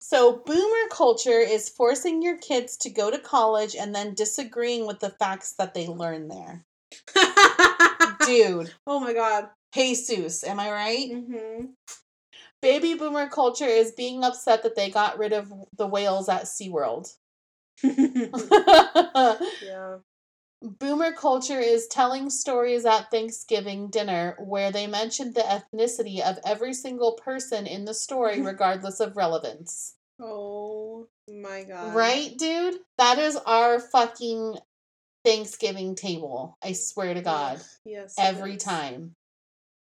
So, boomer culture is forcing your kids to go to college and then disagreeing with the facts that they learn there. Dude, oh my god. Jesus, am I right? Mm-hmm. Baby boomer culture is being upset that they got rid of the whales at SeaWorld. yeah. boomer culture is telling stories at Thanksgiving dinner where they mention the ethnicity of every single person in the story, regardless of relevance. Oh my god. Right, dude? That is our fucking Thanksgiving table. I swear to God. Yes. it Every is. time.